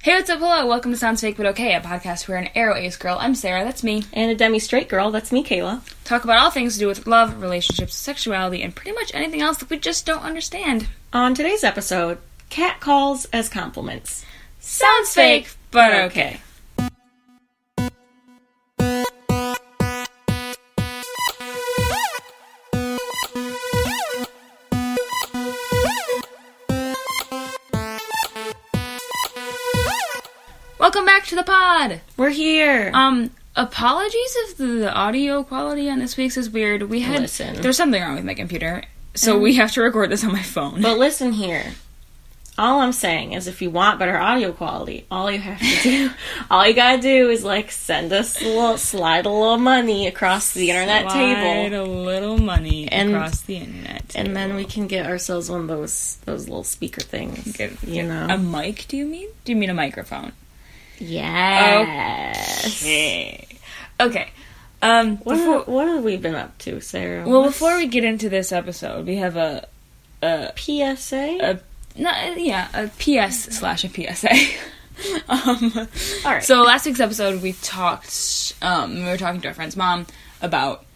Hey, what's up? Hello. Welcome to Sounds Fake But Okay, a podcast where an arrow ace girl, I'm Sarah, that's me, And a demi straight girl, that's me, Kayla. talk about all things to do with love, relationships, sexuality, and pretty much anything else that we just don't understand. On today's episode, cat calls as compliments. Sounds fake, but okay. Welcome back to the pod. We're here. Um, apologies if the audio quality on this week's is weird. We had Listen. Mm. there's something wrong with my computer, so we have to record this on my phone. but listen here. All I'm saying is if you want better audio quality, all you have to do, all you gotta do is like send us a little, slide a little money across the internet Slide table. a little money And- across the internet, And then we can get ourselves one of those those little speaker things. Get- Um, you know. a mic. Do you mean? Do you mean a microphone? yes. Okay. Okay. Um. What, before- have, what have we been up to, Sarah? well, What's- before we get into this episode, we have a a PSA? a not, yeah a PS slash a PSA. um. all right. So last week's episode, we talked. Um, we were talking to our friend's mom about,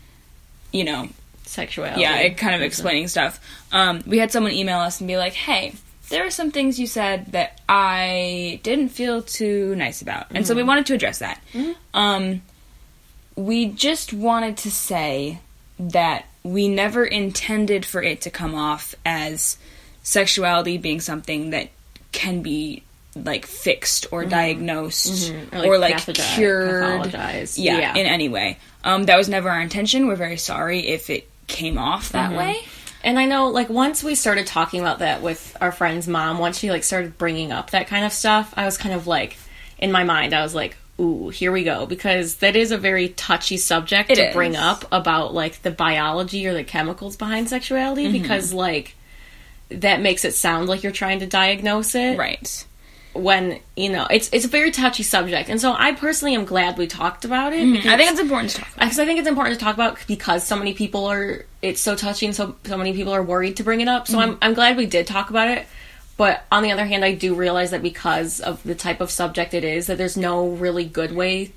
you know, sexuality. Mm-hmm. yeah, it kind of explaining stuff. Um, we had someone email us and be like, "Hey, there are some things you said that I didn't feel too nice about," and so we wanted to address that. Um, we just wanted to say that we never intended for it to come off as sexuality being something that can be like fixed or diagnosed Mm-hmm. Mm-hmm. or like pathologi- cured pathologized. yeah, yeah. in any way. Um, that was never our intention. We're very sorry if it came off that way. and I know, like, once we started talking about that with our friend's mom, once she like started bringing up that kind of stuff, I was kind of like, in my mind, I was like, "Ooh, here we go," because that is a very touchy subject It to is. bring up about like the biology or the chemicals behind sexuality, Mm-hmm. because like that makes it sound like you're trying to diagnose it, Right. When you know, it's it's a very touchy subject, and so I personally am glad we talked about it. because I think it's important to talk about. because I think it's important to talk about because so many people are it's so touchy and so so many people are worried to bring it up. So I'm I'm glad we did talk about it. But on the other hand, I do realize that because of the type of subject it is, that there's no really good way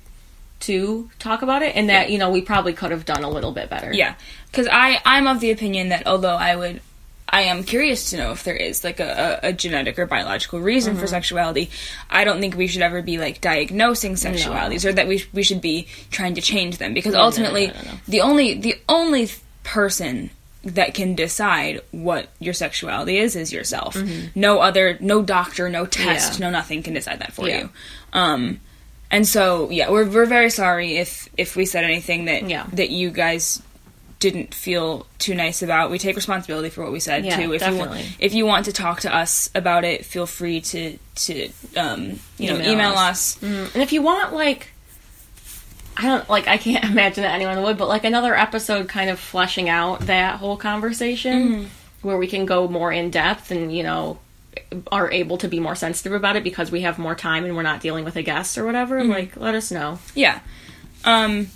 to talk about it, and that you know we probably could have done a little bit better. Yeah, because I I'm of the opinion that although I would, I am curious to know if there is like a, a, a genetic or biological reason Mm-hmm. for sexuality. I don't think we should ever be like diagnosing sexualities or that we sh- we should be trying to change them because ultimately no, no, no. the only the only th- person that can decide what your sexuality is is yourself. No other, no doctor, no test, Mm-hmm. Yeah. no nothing can decide that for Yeah. you. Um, and so yeah, we're we're very sorry if if we said anything that Yeah. that you guys didn't feel too nice about. We take responsibility for what we said Yeah, too. If you want, definitely. if you want to talk to us about it, feel free to to um, you know Email email us. us. Mm, and if you want like I don't like I can't imagine that anyone would, but like another episode kind of fleshing out that whole conversation Mm-hmm. where we can go more in depth and you know are able to be more sensitive about it because we have more time and we're not dealing with a guest or whatever. Mm-hmm. Like let us know. Yeah. Um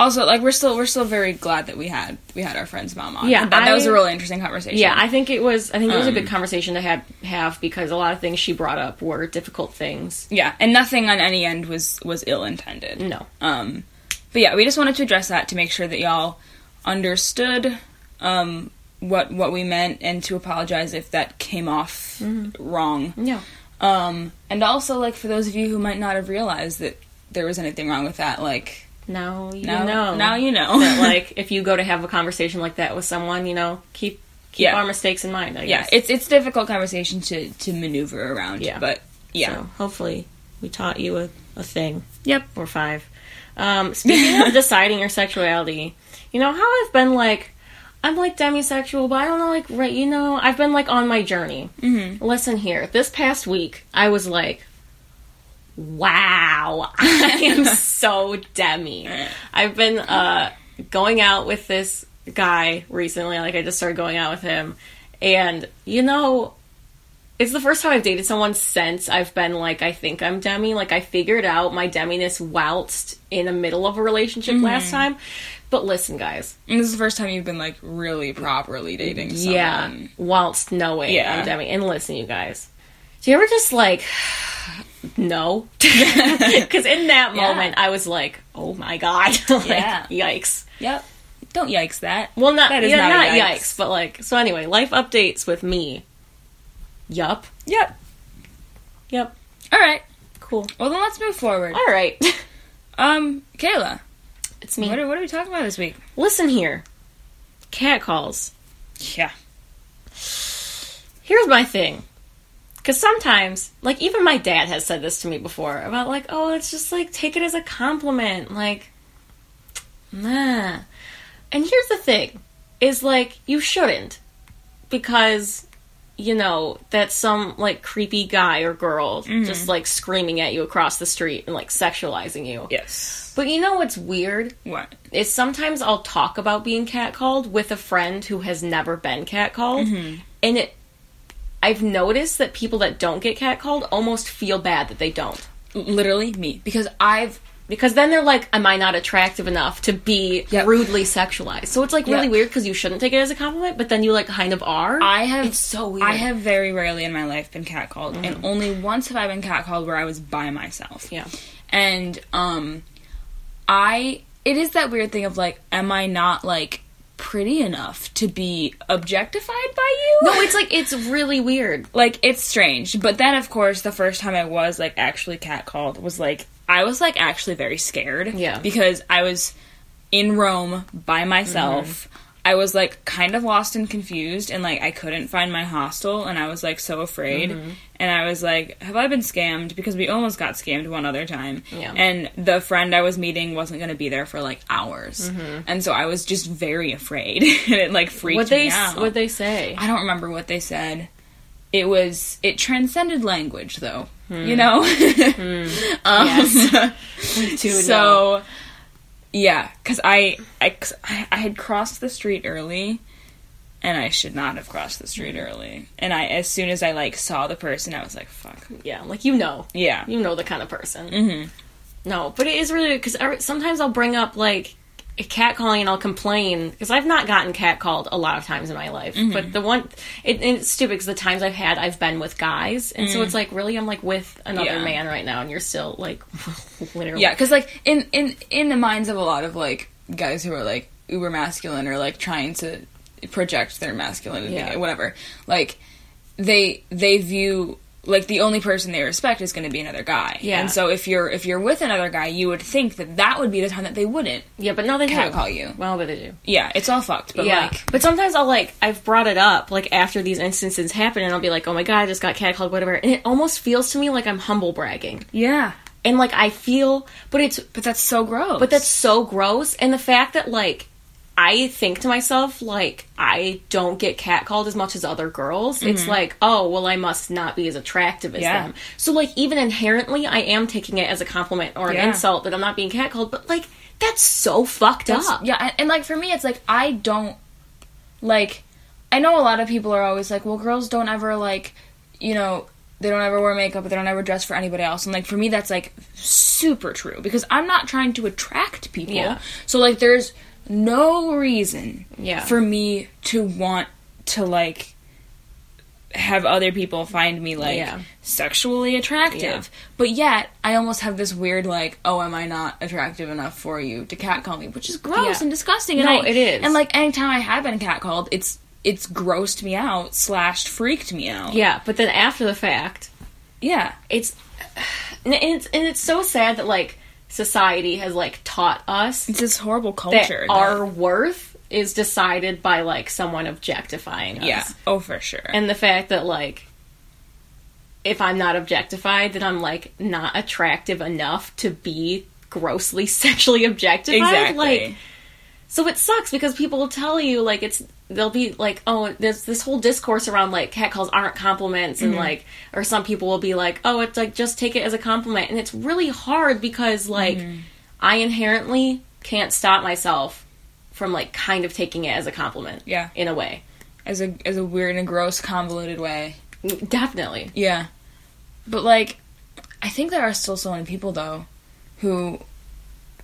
also like we're still we're still very glad that we had we had our friend's mom on. Yeah, That, that was I- a really interesting conversation. Yeah, I think it was I think it was a Um, good conversation to have have because a lot of things she brought up were difficult things. yeah, and nothing on any end was was ill intended. No. Um, but yeah, we just wanted to address that to make sure that y'all understood um, what what we meant and to apologize if that came off Mm-hmm. wrong. Yeah. Um, and also, like for those of you who might not have realized that there was anything wrong with that, like Now you now know. now you know. that like if you go to have a conversation like that with someone, you know, keep keep Yeah. our mistakes in mind. I yeah, guess. it's it's difficult conversation to to maneuver around. Yeah. but yeah, So hopefully, we taught you a, a thing yep. or five. Um, speaking of deciding your sexuality, you know how I've been like, I'm like demisexual, but I don't know, like, right? You know, I've been like on my journey. Mm-hmm. Listen here, this past week, I was like, wow, I am so demi. I've been uh, going out with this guy recently. Like, I just started going out with him, and you know, it's the first time I've dated someone since I've been like, I think I'm demi. Like, I figured out my deminess whilst in the middle of a relationship Mm-hmm. last time. But listen, guys, And this is the first time you've been like really properly dating someone. yeah, whilst knowing Yeah. I'm demi. And listen, you guys, Do you ever just like no? Because in that Yeah. moment, I was like, oh my god, like Yeah. yikes. Yep. Don't yikes that. Well, not That is yeah, not a not yikes. yikes. but like so. Anyway, life updates with me. Yup. Yep. Yep. All right. Cool. Well, then let's move forward. All right. Um, Kayla, it's me. what are, what are we talking about this week? Listen here. Cat calls. Yeah. Here's my thing. Because sometimes, like, even my dad has said this to me before about, like, oh, it's just like, take it as a compliment. Like, nah. And here's the thing is, like, you shouldn't. Because, you know, that's some, like, creepy guy or girl just, like, screaming at you across the street and, like, sexualizing you. Yes. But you know what's weird? What? is sometimes I'll talk about being catcalled with a friend who has never been catcalled, Mm-hmm. and it. I've noticed that people that don't get catcalled almost feel bad that they don't Literally me, because I've because then they're like, "Am I not attractive enough to be Yep. rudely sexualized?" So it's like really Yep. weird because you shouldn't take it as a compliment, but then you like kind of are. I have It's so weird. Mm. I have very rarely in my life been catcalled, and only once have I been catcalled where I was by myself. Yeah. and um, I it is that weird thing of like, am I not like pretty enough to be objectified by you? no, it's like it's really weird. like it's strange. But then, of course, the first time I was like actually catcalled was like I was like actually very scared. Yeah. because I was in Rome by myself. Mm-hmm. I was like kind of lost and confused, and like I couldn't find my hostel, and I was like so afraid. Mm-hmm. And I was like, "Have I been scammed?" Because we almost got scammed one other time, Yeah. and the friend I was meeting wasn't going to be there for like hours, Mm-hmm. and so I was just very afraid, and it like freaked What they me out. what they say? I don't remember what they said. It was it transcended language though. You know? um, Hmm. Yes. Too, no. so yeah, cuz I I, 'cause I I had crossed the street early and I should not have crossed the street Hmm. early. And I as soon as I like saw the person, I was like, fuck. yeah, like you know, Yeah. you know the kind of person. Mm-hmm. No, but it is really because sometimes I'll bring up like a cat calling and I'll complain because I've not gotten cat called a lot of times in my life. Mm-hmm. But the one, it, and it's stupid because the times I've had, I've been with guys, and so it's like really I'm like with another Mm. Yeah. man right now, and you're still like literally Yeah, cuz like in in in the minds of a lot of like guys who are like uber masculine or like trying to project their masculinity Yeah. whatever. Like they they view like the only person they respect is going to be another guy. Yeah. And so if you're if you're with another guy, you would think that that would be the time that they wouldn't. yeah, but no, they Cat do. call you. Well, but they do. Yeah, it's all fucked. But yeah, like, but sometimes I'll like I've brought it up like after these instances happen, and I'll be like, oh my god, I just got cat called, whatever, and it almost feels to me like I'm humble bragging, yeah, and like I feel, but it's but that's so gross. But that's so gross. And the fact that, like, I think to myself, like, I don't get catcalled as much as other girls. It's like, oh, well, I must not be as attractive as Mm-hmm. Yeah. them. So, like, even inherently, I am taking it as a compliment or an Yeah. insult that I'm not being catcalled. But, like, that's so fucked That's- up. Yeah, and, and like for me, it's like I don't like. I know a lot of people are always like, "Well, girls don't ever like, you know, they don't ever wear makeup, they don't ever dress for anybody else." And like for me, that's like super true because I'm not trying to attract people. Yeah. So like, there's no reason Yeah. for me to want to like have other people find me like Yeah. sexually attractive. But yet, I almost have this weird like, "Oh, am I not attractive enough for you to catcall me?" Which is gross gross Yeah. and disgusting. And No, I, it is. And like anytime I have been catcalled, it's it's grossed me out slash freaked me out. yeah. But then after the fact, Yeah. it's and it's and it's so sad that like society has like taught us It's this horrible that culture. our worth is decided by like someone objectifying us. that- yeah. Oh, for sure. and the fact that like if i'm not objectified then i'm like not attractive enough to be grossly sexually objectified exactly. like so it sucks because people will tell you like it's they'll be like oh there's this whole discourse around like catcalls aren't compliments and Mm-hmm. like or some people will be like oh it's like just take it as a compliment and it's really hard because like Mm-hmm. i inherently can't stop myself from like kind of taking it as a compliment yeah. in a way As a as a weird and gross convoluted way. definitely Yeah. But like I think there are still so many people though who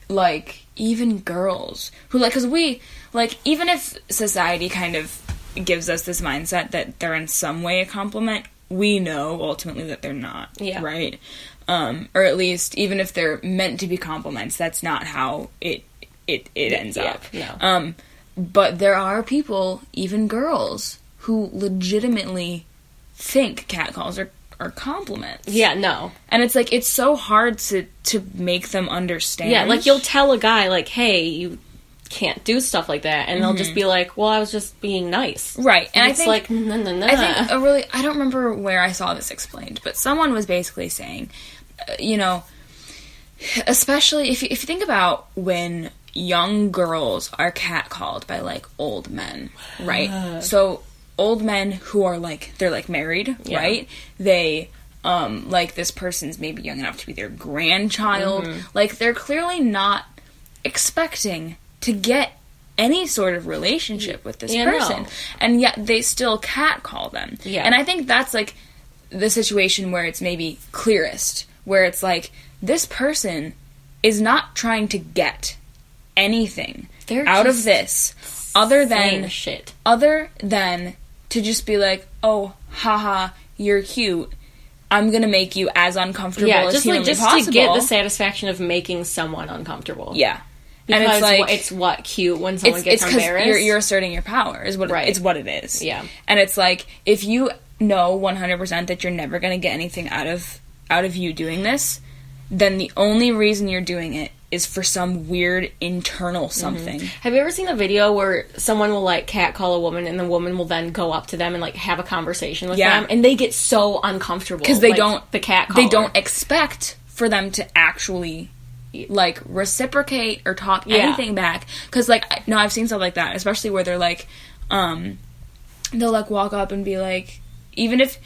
like even girls who like cuz we like even if society kind of gives us this mindset that they're in some way a compliment, we know ultimately that they're not. Yeah. Right? Um, or at least even if they're meant to be compliments, that's not how it it, it ends yeah, up. no. Um but there are people, even girls, who legitimately think catcalls are are compliments. Yeah, no. And it's like it's so hard to to make them understand. Yeah, like you'll tell a guy like, "Hey, you can't do stuff like that," and they'll just be like, "Well, I was just being nice." Mm-hmm. Right. And And I it's think like, no, no, no. I think a really I don't remember where I saw this explained, but someone was basically saying, uh, you know, especially if you, if you think about when young girls are catcalled by like old men, right? Uh. so old men who are like they're like married, Yeah. right? They um like this person's maybe young enough to be their grandchild. Mm-hmm. Like they're clearly not expecting to get any sort of relationship with this Yeah, no. person and yet they still catcall them. Yeah. And I think that's like the situation where it's maybe clearest, where it's like this person is not trying to get anything They're out of just this other Saying than shit. other than to just be like, "Oh, haha, you're cute. I'm going to make you as uncomfortable Yeah, as just like humanly just possible." to get the satisfaction of making someone uncomfortable. yeah. because and it's like wha- it's what cute when someone it's gets it's because embarrassed. you're, you're asserting your power is what it- Right. it's what it is. Yeah. and it's like if you know 100 percent that you're never going to get anything out of out of you doing this, then the only reason you're doing it is for some weird internal Mm-hmm. something. Have you ever seen a video where someone will like catcall a woman and the woman will then go up to them and like have a conversation with Yeah. them and they get so uncomfortable because they like, don't the cat they don't expect for them to actually like reciprocate or talk Yeah. anything back because like I- no i've seen stuff like that especially where they're like um they'll like walk up and be like even if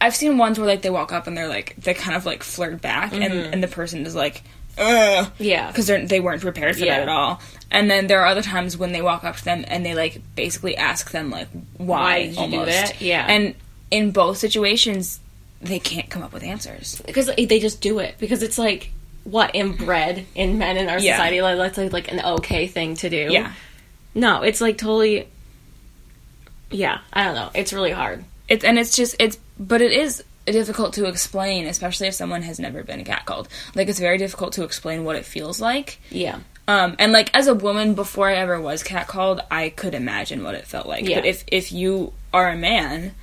i've seen ones where like they walk up and they're like they kind of like flirt back and Mm-hmm. and the person is like Ugh, Yeah. because they weren't prepared for Yeah. that at all. And then there are other times when they walk up to them and they like basically ask them like why, Why did you do almost. that? Yeah. and in both situations they can't come up with answers. because they just do it because it's like what inbred in men in our Yeah. society like that's like, like an okay thing to do. Yeah, No, it's like totally. Yeah, I don't know. It's really hard. it's and it's just it's but it is difficult to explain, especially if someone has never been catcalled. Like it's very difficult to explain what it feels like. Yeah. Um, and like as a woman, before I ever was catcalled, I could imagine what it felt like. Yeah. But if if you are a man,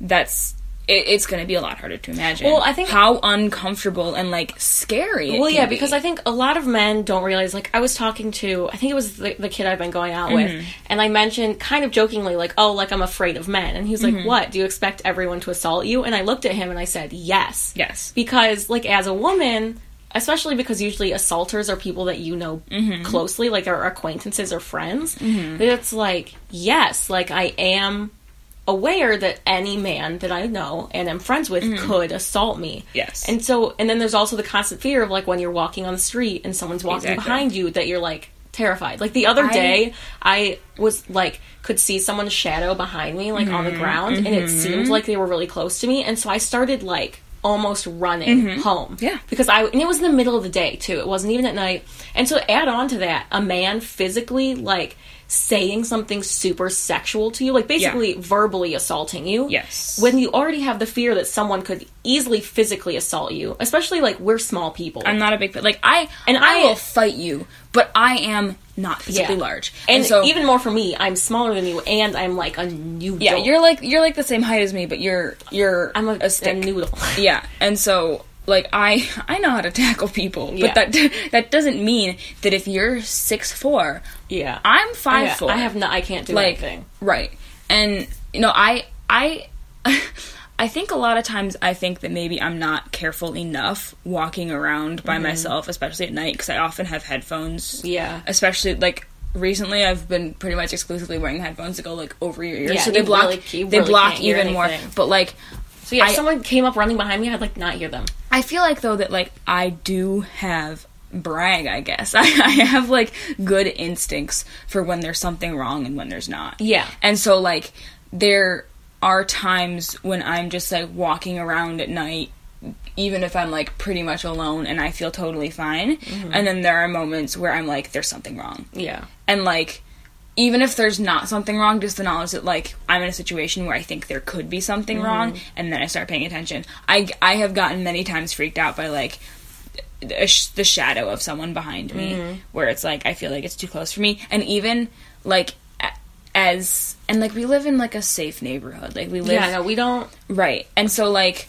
that's it, it's going to be a lot harder to imagine. Well, I think- how uncomfortable and like scary. It Well, can yeah, be. because I think a lot of men don't realize. Like, I was talking to, I think it was the, the kid I've been going out with, Mm-hmm. and I mentioned kind of jokingly, like, "Oh, like I'm afraid of men," and he's Mm-hmm. like, "What? Do you expect everyone to assault you?" And I looked at him and I said, "Yes, yes, because like as a woman." Especially because usually assaulters are people that you know Mm-hmm. closely, like our acquaintances or friends. It's like, yes, like I am aware that any man that I know and am friends with could assault me. Mm-hmm. Yes. And so, and then there's also the constant fear of like when you're walking on the street and someone's walking Exactly. behind you that you're like terrified. Like the other I- day, I was like, could see someone's shadow behind me, like on Mm-hmm. the ground, and it seemed like they were really close to me. And so I started like almost running home. Mm-hmm. Yeah. Because I, and it was in the middle of the day too. It wasn't even at night. And so add on to that, a man physically like, Saying something super sexual to you, like basically verbally assaulting you. Yes. When you already have the fear that someone could easily physically assault you, especially like we're small people. I'm not a big like I And I, I- will fight you, but I am not physically large, And, so even more for me, I'm smaller than you and I'm like a noodle. yeah, you're like you're like the same height as me, but you're you're I'm a, a a stick. noodle. yeah and so like i i know how to tackle people Yeah. but that that doesn't mean that if you're six four Yeah. i'm five Yeah, four I have no I can't do like anything. right and you know i i i think a lot of times i think that maybe i'm not careful enough walking around by myself especially at night because i often have headphones Mm-hmm. Yeah. especially like recently i've been pretty much exclusively wearing headphones that go like over your ears Yeah, so they you block really- you they really block can't hear even more anything. but like So yeah, if I- someone came up running behind me, I'd like not hear them. I feel like though that like I do have brag, I guess. I, I have like good instincts for when there's something wrong and when there's not. Yeah. And so like there are times when I'm just like walking around at night even if I'm like pretty much alone and I feel totally fine. And then there are moments where I'm like there's something wrong. Yeah. And like even if there's not something wrong, just the knowledge that like I'm in a situation where I think there could be something wrong, and then I start paying attention. I I have gotten many times freaked out by like the sh- the shadow of someone behind me, where it's like I feel like it's too close for me, and even like a- as and like we live in like a safe neighborhood, like we live Yeah, no, we don't. Right. And so like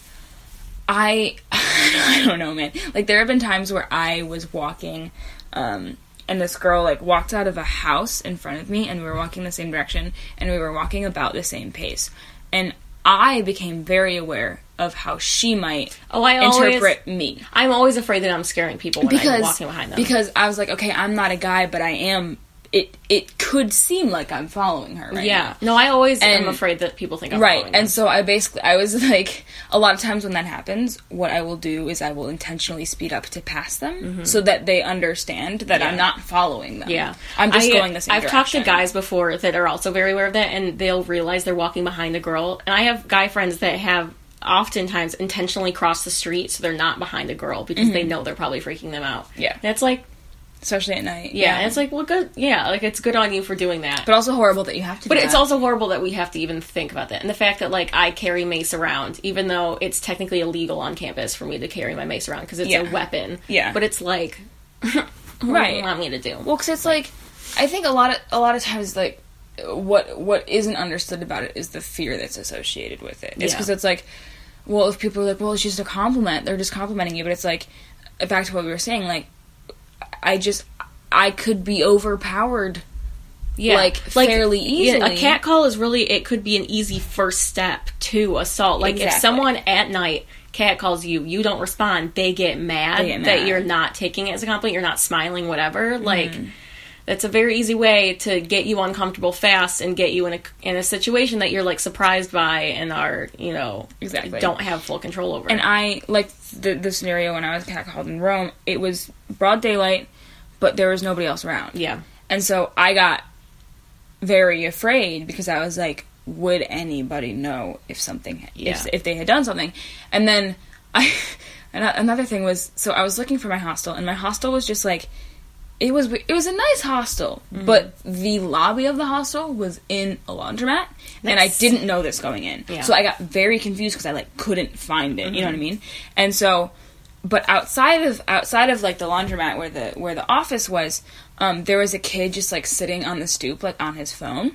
I I don't know, man. Like there have been times where I was walking um and this girl like walked out of a house in front of me and we were walking the same direction and we were walking about the same pace. And I became very aware of how she might Oh, I always. interpret me I'm always afraid that I'm scaring people when I'm walking behind them. because I was like, okay, I'm not a guy, but I am it it could seem like I'm following her right now. yeah. No, I always And- am afraid that people think I'm Right. following them. And so I basically, I was like, a lot of times when that happens, what I will do is I will intentionally speed up to pass them so that they understand that I'm Mm-hmm. Yeah. not following them. Yeah, I'm just I- going the same I've talked to direction. guys before that are also very aware of that, and they'll realize they're walking behind a girl. And I have guy friends that have oftentimes intentionally crossed the street so they're not behind a girl because they know they're probably freaking them out. Mm-hmm. Yeah. that's like Especially at night. yeah, and it's like well, good. Yeah, like it's good on you for doing that. but also horrible that you have to But do it's that. also horrible that we have to even think about that. And the fact that, like, I carry mace around, even though it's technically illegal on campus for me to carry my mace around because it's Yeah. a weapon. Yeah. But it's like, what do Right. you want me to do? Well, because it's like, I think a lot of a lot of times like what what isn't understood about it is the fear that's associated with it. It's Yeah. because it's like, well, if people are like, well, it's just a compliment, they're just complimenting you. But it's like, back to what we were saying, like, I just I could be overpowered. like, fairly Yeah, easily. a cat call is really it could be an easy first step to assault. Like Exactly. if someone at night cat calls you, you don't respond, they get mad, They get that mad. Mm-hmm. you're not taking it as a compliment, you're not smiling, whatever. Like that's a very easy way to get you uncomfortable fast and get you in a in a situation that you're like surprised by and are you know Exactly. don't have full control over. And I like the the scenario when I was catcalled in Rome. It was broad daylight, but there was nobody else around. yeah, And so I got very afraid because I was like, would anybody know if something, Yeah. if, if they had done something? And then I, and a- another thing was, so I was looking for my hostel, and my hostel was just like, it was it was a nice hostel, Mm-hmm. but the lobby of the hostel was in a laundromat, and I That's- didn't know this going in, Yeah. Mm-hmm. so I got very confused because I like couldn't find it. You know what I mean? And so, but outside of outside of like the laundromat where the where the office was, um, there was a kid just like sitting on the stoop like on his phone,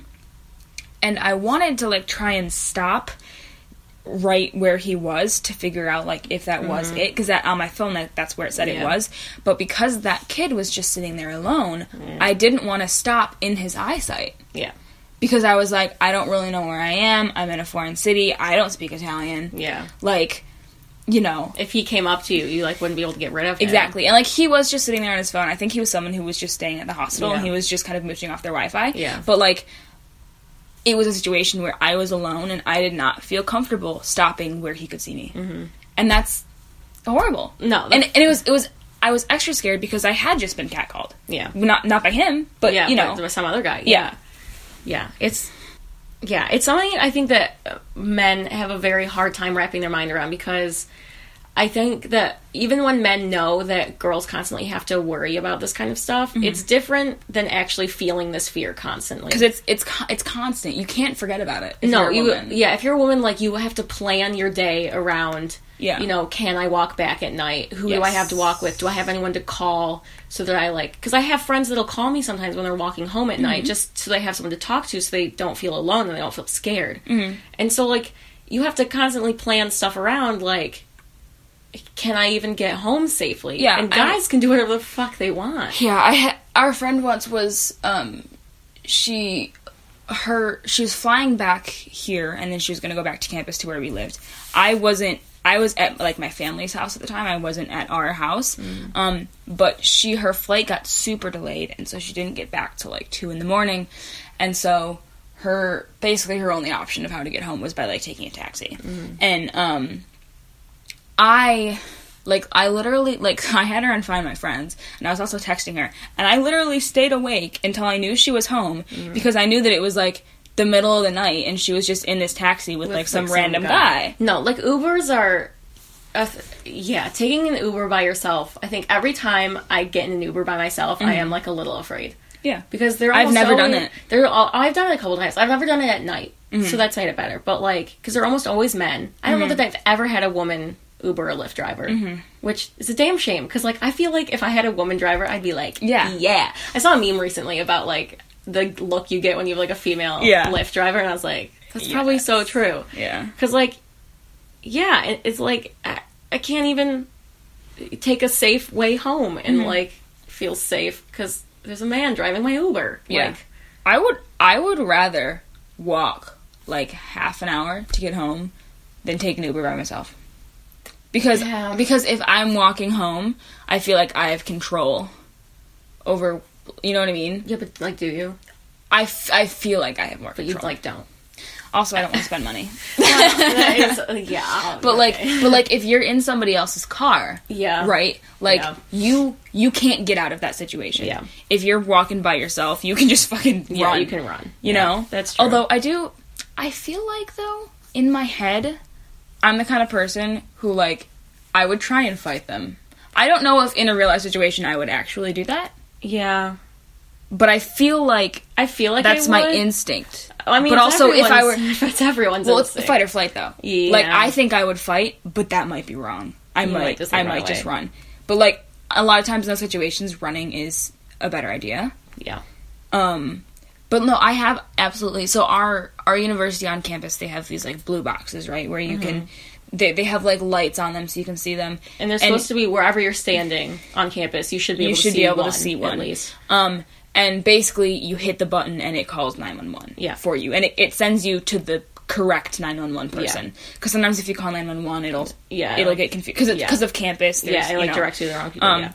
and I wanted to like try and stop right where he was to figure out like if that was it because that on my phone that, that's where it said it Mm-hmm. Yeah. was but because that kid was just sitting there alone i didn't want to stop in his eyesight yeah, because i was like i don't really know where i am i'm in a foreign city i don't speak italian yeah. like you know If he came up to you, you like wouldn't be able to get rid of him. exactly and like he was just sitting there on his phone i think he was someone who was just staying at the hospital and Yeah. he was just kind of mooching off their wi-fi Yeah. but like it was a situation where i was alone and i did not feel comfortable stopping where he could see me mm-hmm. and that's horrible No, and, and it was it was i was extra scared because i had just been catcalled yeah. not not by him but yeah, you but know there was some other guy. yeah Yeah, it's yeah, it's something I think that uh, men have a very hard time wrapping their mind around because I think that even when men know that girls constantly have to worry about this kind of stuff, it's different than actually feeling this fear constantly. Mm-hmm. because it's it's con- it's constant you can't forget about it if no, you're a you woman. yeah, if you're a woman like you have to plan your day around Yeah. you know, can I walk back at night? Who do I Yes. have to walk with? Do I have anyone to call so that I like cuz I have friends that'll call me sometimes when they're walking home at Mm-hmm. night just so they have someone to talk to so they don't feel alone and they don't feel scared. Mm-hmm. mm And so like you have to constantly plan stuff around like can I even get home safely? Yeah, And I- guys can do whatever the fuck they want. Yeah, I ha- our friend once was um she her she was flying back here and then she was going to go back to campus to where we lived. I wasn't I was at like my family's house at the time. I wasn't at our house. Um but she her flight got super delayed and so she didn't get back till like 2 in the morning. And so her basically her only option of how to get home was by like taking a taxi. And um I like I literally like I had her on Find My Friends and I was also texting her and I literally stayed awake until I knew she was home because I knew that it was like the middle of the night and she was just in this taxi with, like with, some random guy. No, like Ubers are. Uh, yeah, taking an Uber by yourself. I think every time I get in an Uber by myself, I am like a little afraid. Yeah. because they're. Mm-hmm. I've almost never done always- it. Mm-hmm. They're. All, I've done it a couple times. I've never done it at night, so that's made it better. But like, because they're almost always men. I don't know that I've ever had a woman Uber or Lyft driver, Mm-hmm. which is a damn shame. Because like, I feel like if I had a woman driver, I'd be like, Yeah. yeah. I saw a meme recently about like the look you get when you have like a female Yeah. Lyft driver, and I was like, that's probably so true. Yeah. Because, like, yeah, it, it's like I, I can't even take a safe way home and, Mm-hmm. like, feel safe because there's a man driving my Uber. Yeah. Like, I would I would rather walk like half an hour to get home than take an Uber by myself. Because Yeah. because if I'm walking home, I feel like I have control over you know what I mean? yeah, but, like, do you? I, f- I feel like I have more But control. you, like, don't. also, I don't want to spend money. That is- uh, yeah. But like but like if you're in somebody else's car, yeah. right? Like Yeah. you you can't get out of that situation. Yeah. If you're walking by yourself, you can just fucking Yeah, run. you can run. you Yeah, know That's true. although i do i feel like though in my head i'm the kind of person who like i would try and fight them i don't know if in a real life situation i would actually do that yeah. but i feel like I feel like that's I my would. instinct I mean, but it's also if i were everyone's- it's everyone's well it's instinct. fight or flight though Yeah. like i think i would fight but that might be wrong i might, might just, like, i run might just away. run but like a lot of times in those situations running is a better idea Yeah. Um, but no, I have absolutely. So our our university on campus, they have these like blue boxes, right, where you can. They, they have like lights on them so you can see them. Mm-hmm. And they're supposed to be wherever you're standing on campus. You should be you able, should to, see be able to one, see one at least. Um, and basically you hit the button and it calls nine one one. Yeah. For you, and it, it sends you to the correct nine one one person. Because sometimes if you call nine one one, it'll Yeah, it'll like- get confused because yeah. because of campus. there's, Yeah, it like you know, directs you to the wrong people. Um, yeah.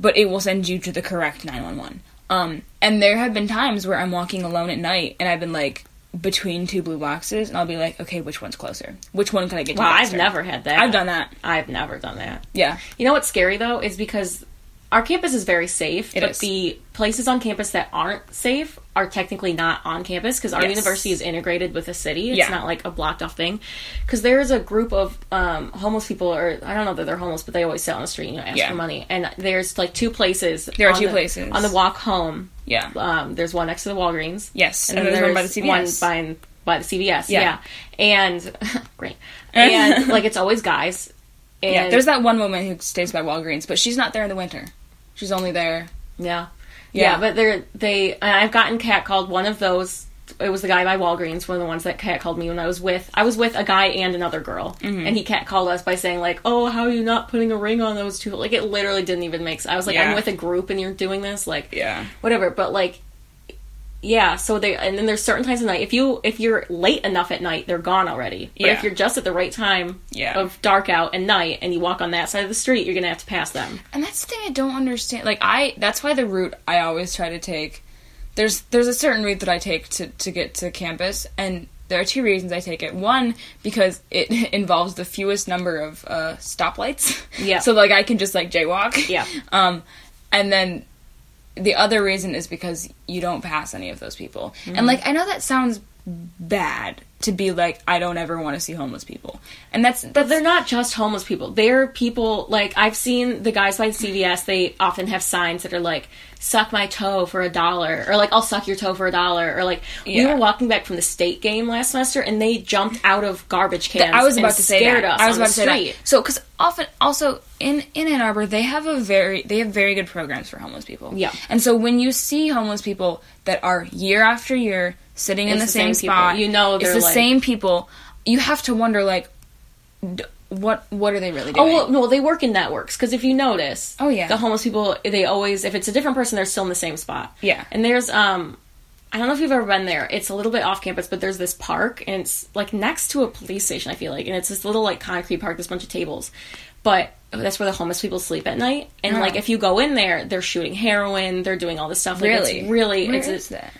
but it will send you to the correct 911. Um, and there have been times where I'm walking alone at night and I've been like between two blue boxes and I'll be like, okay, which one's closer? Which one can I get to? Wow, I've faster?" never had that. I've done that. I've never done that. Yeah. You know what's scary though is because our campus is very safe, It but is. the places on campus that aren't safe are technically not on campus because our Yes. university is integrated with a city. It's Yeah. not like a blocked off thing. Because there is a group of um, homeless people, or I don't know that they're homeless, but they always sit on the street and you know, ask Yeah. for money. And there's like two places. There are on two the- places. on the walk home. Yeah. Um, there's one next to the Walgreens. Yes, and, and then there's one by the CVS. One by, by the Yeah. CVS. Yeah, and great. And like it's always guys. And, yeah. There's that one woman who stays by Walgreens, but she's not there in the winter. She's only there. Yeah. Yeah. Yeah, but they're they and I've gotten catcalled one of those it was the guy by Walgreens, one of the ones that catcalled me when I was with I was with a guy and another girl. Mm-hmm. And he catcalled us by saying like, "Oh, how are you not putting a ring on those two? Like it literally didn't even make sense. I was like, Yeah. "I'm with a group and you're doing this." Like Yeah. whatever, but like yeah, so they and then there's certain times of night. If you if you're late enough at night, they're gone already. But Yeah. if you're just at the right time Yeah. of dark out and night and you walk on that side of the street, you're going to have to pass them. And that's the thing I don't understand. Like I, that's why the route I always try to take. There's there's a certain route that I take to to get to campus, and there are two reasons I take it. One because it involves the fewest number of uh, stoplights. Yeah. So like I can just like jaywalk. Yeah. Um, and then the other reason is because you don't pass any of those people. Mm-hmm. And like I know that sounds bad to be like I don't ever want to see homeless people, and that's that's They're not just homeless people. They're people like I've seen the guys by CVS. They often have signs that are like "suck my toe for a dollar" or like "I'll suck your toe for a dollar" or like we Yeah. were walking back from the state game last semester and they jumped out of garbage cans. I was and about to say scared that. us I was on about the to say street. that. So, because often, also in in Ann Arbor, they have a very they have very good programs for homeless people. Yeah. And so when you see homeless people that are year after year sitting in the, It's the same, same people. spot, You know it's they're, the like- same people. You have to wonder like, d- what what are they really Oh doing? well, no, they work in networks because if you notice, Oh, yeah. the homeless people they always if it's a different person they're still in the same spot. Yeah. and there's um, I don't know if you've ever been there. It's a little bit off campus, but there's this park and it's like next to a police station. I feel like, and it's this little like concrete park. There's a bunch of tables, but that's where the homeless people sleep at night. And Uh-huh. like if you go in there, they're shooting heroin. They're doing all this stuff. Like, really, it's really Where it's is that?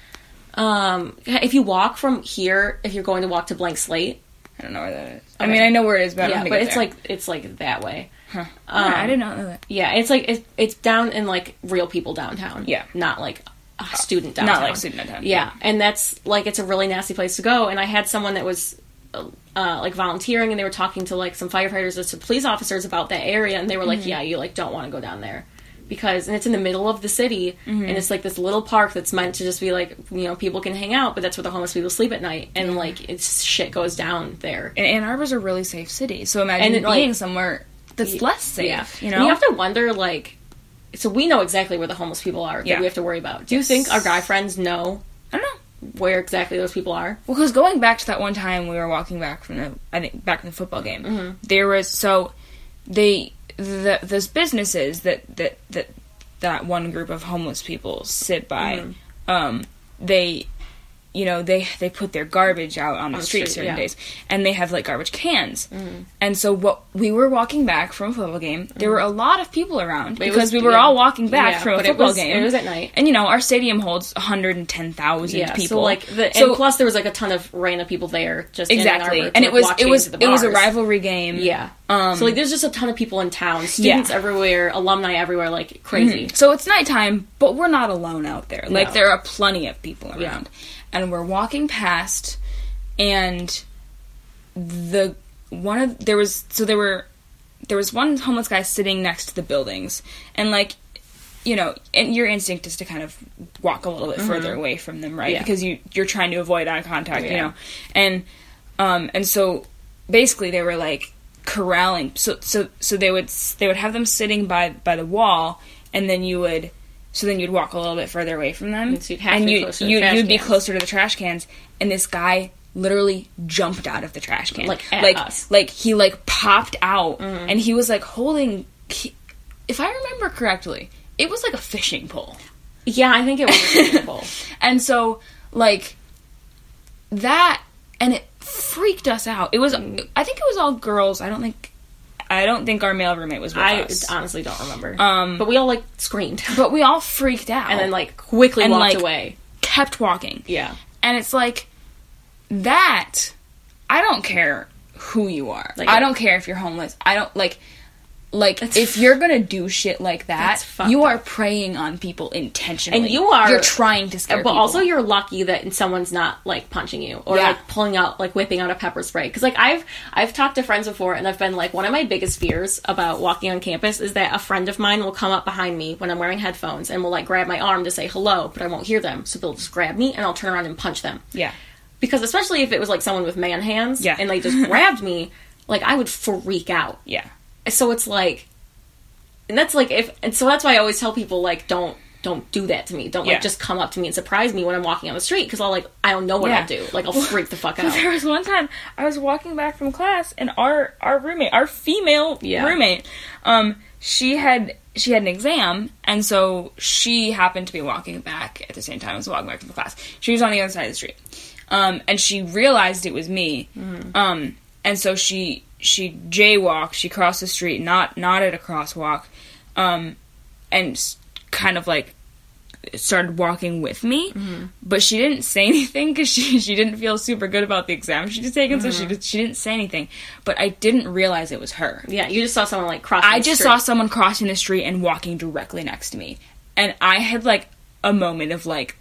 um, if you walk from here, if you're going to walk to Blank Slate, I don't know where that is. I mean, I know where it is, but I don't yeah, think but it's it's there. like um, it's like that way. Huh. I did not know that. Yeah, it's like it's, it's down in like real people downtown. Yeah. not like a student Not downtown. like student downtown. Yeah, and that's like it's a really nasty place to go. And I had someone that was uh, uh, like volunteering, and they were Mm-hmm. talking to like some firefighters or some police officers about that area, and they were like, "Yeah, you like don't want to go down there." because and it's in the middle of the city Mm-hmm. and it's like this little park that's meant to just be like you know people can hang out but that's where the homeless people sleep at night and like it's shit goes down there And Ann Arbor's a really safe city, so imagine And it, being like- somewhere that's less safe. yeah You And know, you have to wonder like so we know exactly where the homeless people are Yeah. that we have to worry about do you Yes. think our guy friends know I don't know. where exactly those people are Well, because going back to that one time we were walking back from the, I think back from the football game, Mm-hmm. there was so they the those businesses that that that that one group of homeless people sit by, Mm-hmm. um, they, you know, they they put their garbage out on the the street, street, certain yeah. Mm-hmm. days, and they have like garbage cans, and so what we were walking back from a football game, there were a lot of people around It because was- we were yeah. all walking back Yeah, from a but it football was- game. it was at night. and you know our stadium holds one hundred and ten thousand yeah people. so like the So- and plus there was like a ton of random people there just in Ann exactly Arbor to, and it like, was watch it games was at the it was a bars. rivalry game Yeah. Um, so like, there's just a ton of people in town, students Yeah. Mm-hmm. everywhere, alumni everywhere, like crazy. so it's nighttime but we're not alone out there like No. there are plenty of people around Yeah. and we're walking past and the one of there was so there were there was one homeless guy sitting next to the buildings and like you know and your instinct is to kind of walk a little bit further away from them right Mm-hmm. Yeah. because you you're trying to avoid eye contact you Yeah. know and um and so basically they were like corralling so so so they would s- they would have them sitting by by the wall and then you would so then you'd walk a little bit further away from them And so you'd have to be closer to the you'd, trash you'd be cans. closer to the trash cans and this guy literally jumped out of the trash can Like, at like us. Mm-hmm. like, he like popped out and he was like holding he- if i remember correctly it was like a fishing pole Yeah, I think it was people. and so, like, that, and it freaked us out. It was, I think it was all girls. I don't think, I don't think our male roommate was with I us. honestly don't remember. Um, but we all like screamed but we all freaked out and then like quickly And, walked like- away. kept walking. Yeah, And it's like, that, I don't care who you are. Like- I don't care if you're homeless. I don't, like, like if you're gonna do shit like that, That's fucked you are up. preying on people intentionally, And you are- you're trying to scare. Uh, but people. also you're lucky that someone's not like punching you or Yeah. like pulling out like whipping out a pepper spray because like I've I've talked to friends before and I've been like one of my biggest fears about walking on campus is that a friend of mine will come up behind me when I'm wearing headphones and will like grab my arm to say hello but I won't hear them so they'll just grab me and I'll turn around and punch them. yeah, because especially if it was like someone with man hands Yeah. and they just grabbed me like i would freak out yeah. so it's like and that's like if and so that's why i always tell people like don't don't do that to me don't Yeah. like just come up to me and surprise me when i'm walking on the street because i'll like i don't know what Yeah. i'll do like i'll freak the fuck out There was one time I was walking back from class, and our our roommate, our female Yeah. roommate, um, she had she had an exam, and so she happened to be walking back at the same time I was walking back from class. She was on the other side of the street, um, and she realized it was me, um, and so she she jaywalked. She crossed the street, not not at a crosswalk, um, and s- kind of like started walking with me, but she didn't say anything because she she didn't feel super good about the exam she'd taken, so she did, she didn't say anything. But I didn't realize it was her. yeah you just saw someone like crossing I the just street. saw someone crossing the street and walking directly next to me, and I had like a moment of like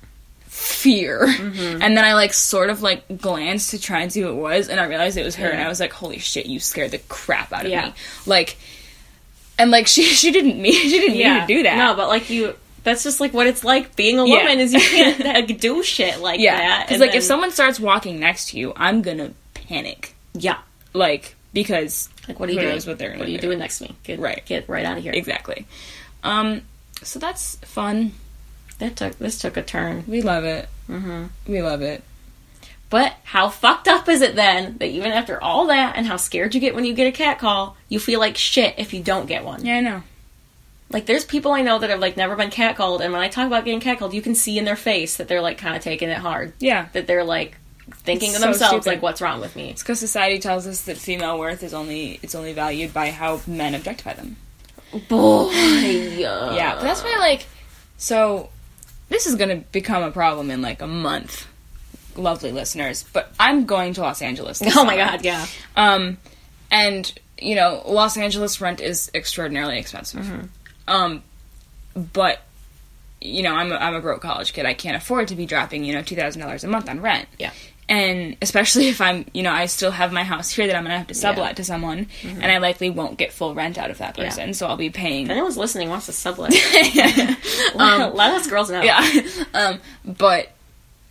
fear, Mm-hmm. and then I like sort of like glanced to try and see who it was, and I realized it was her, and Yeah. I was like, "Holy shit, you scared the crap out of Yeah. me!" Like, and like she she didn't mean she didn't yeah mean to do that. no but like you that's just like what it's like being a Yeah. woman is you can't like, do shit like Yeah, that because and like if then- someone starts walking next to you, I'm gonna panic. yeah Like because like what are you who doing knows what they're gonna are you do. doing next to me get Right. get right out of here exactly. Um, so that's fun. that took this took a turn We love it. Mm-hmm. We love it. But how fucked up is it then that even after all that and how scared you get when you get a cat call, you feel like shit if you don't get one? Yeah, I know. Like there's people I know that have like never been catcalled and when I talk about getting catcalled, you can see in their face that they're like kind of taking it hard. Yeah, That they're like thinking It's to so themselves stupid. like what's wrong with me? it's because society tells us that female worth is only it's only valued by how men objectify them. Boy. yeah. yeah, but that's why like so this is gonna become a problem in like a month. Lovely listeners, but I'm going to Los Angeles. this Oh my summer. god, yeah. Um, and you know, Los Angeles rent is extraordinarily expensive. Mm-hmm. Um, but you know, I'm a, I'm a broke college kid. I can't afford to be dropping you know two thousand dollars a month on rent. Yeah. and especially if I'm, you know, I still have my house here that I'm gonna have to sublet to someone, Mm-hmm. and I likely won't get full rent out of that person, so I'll be paying. If anyone's listening wants to sublet, um, let us girls know. yeah, um, but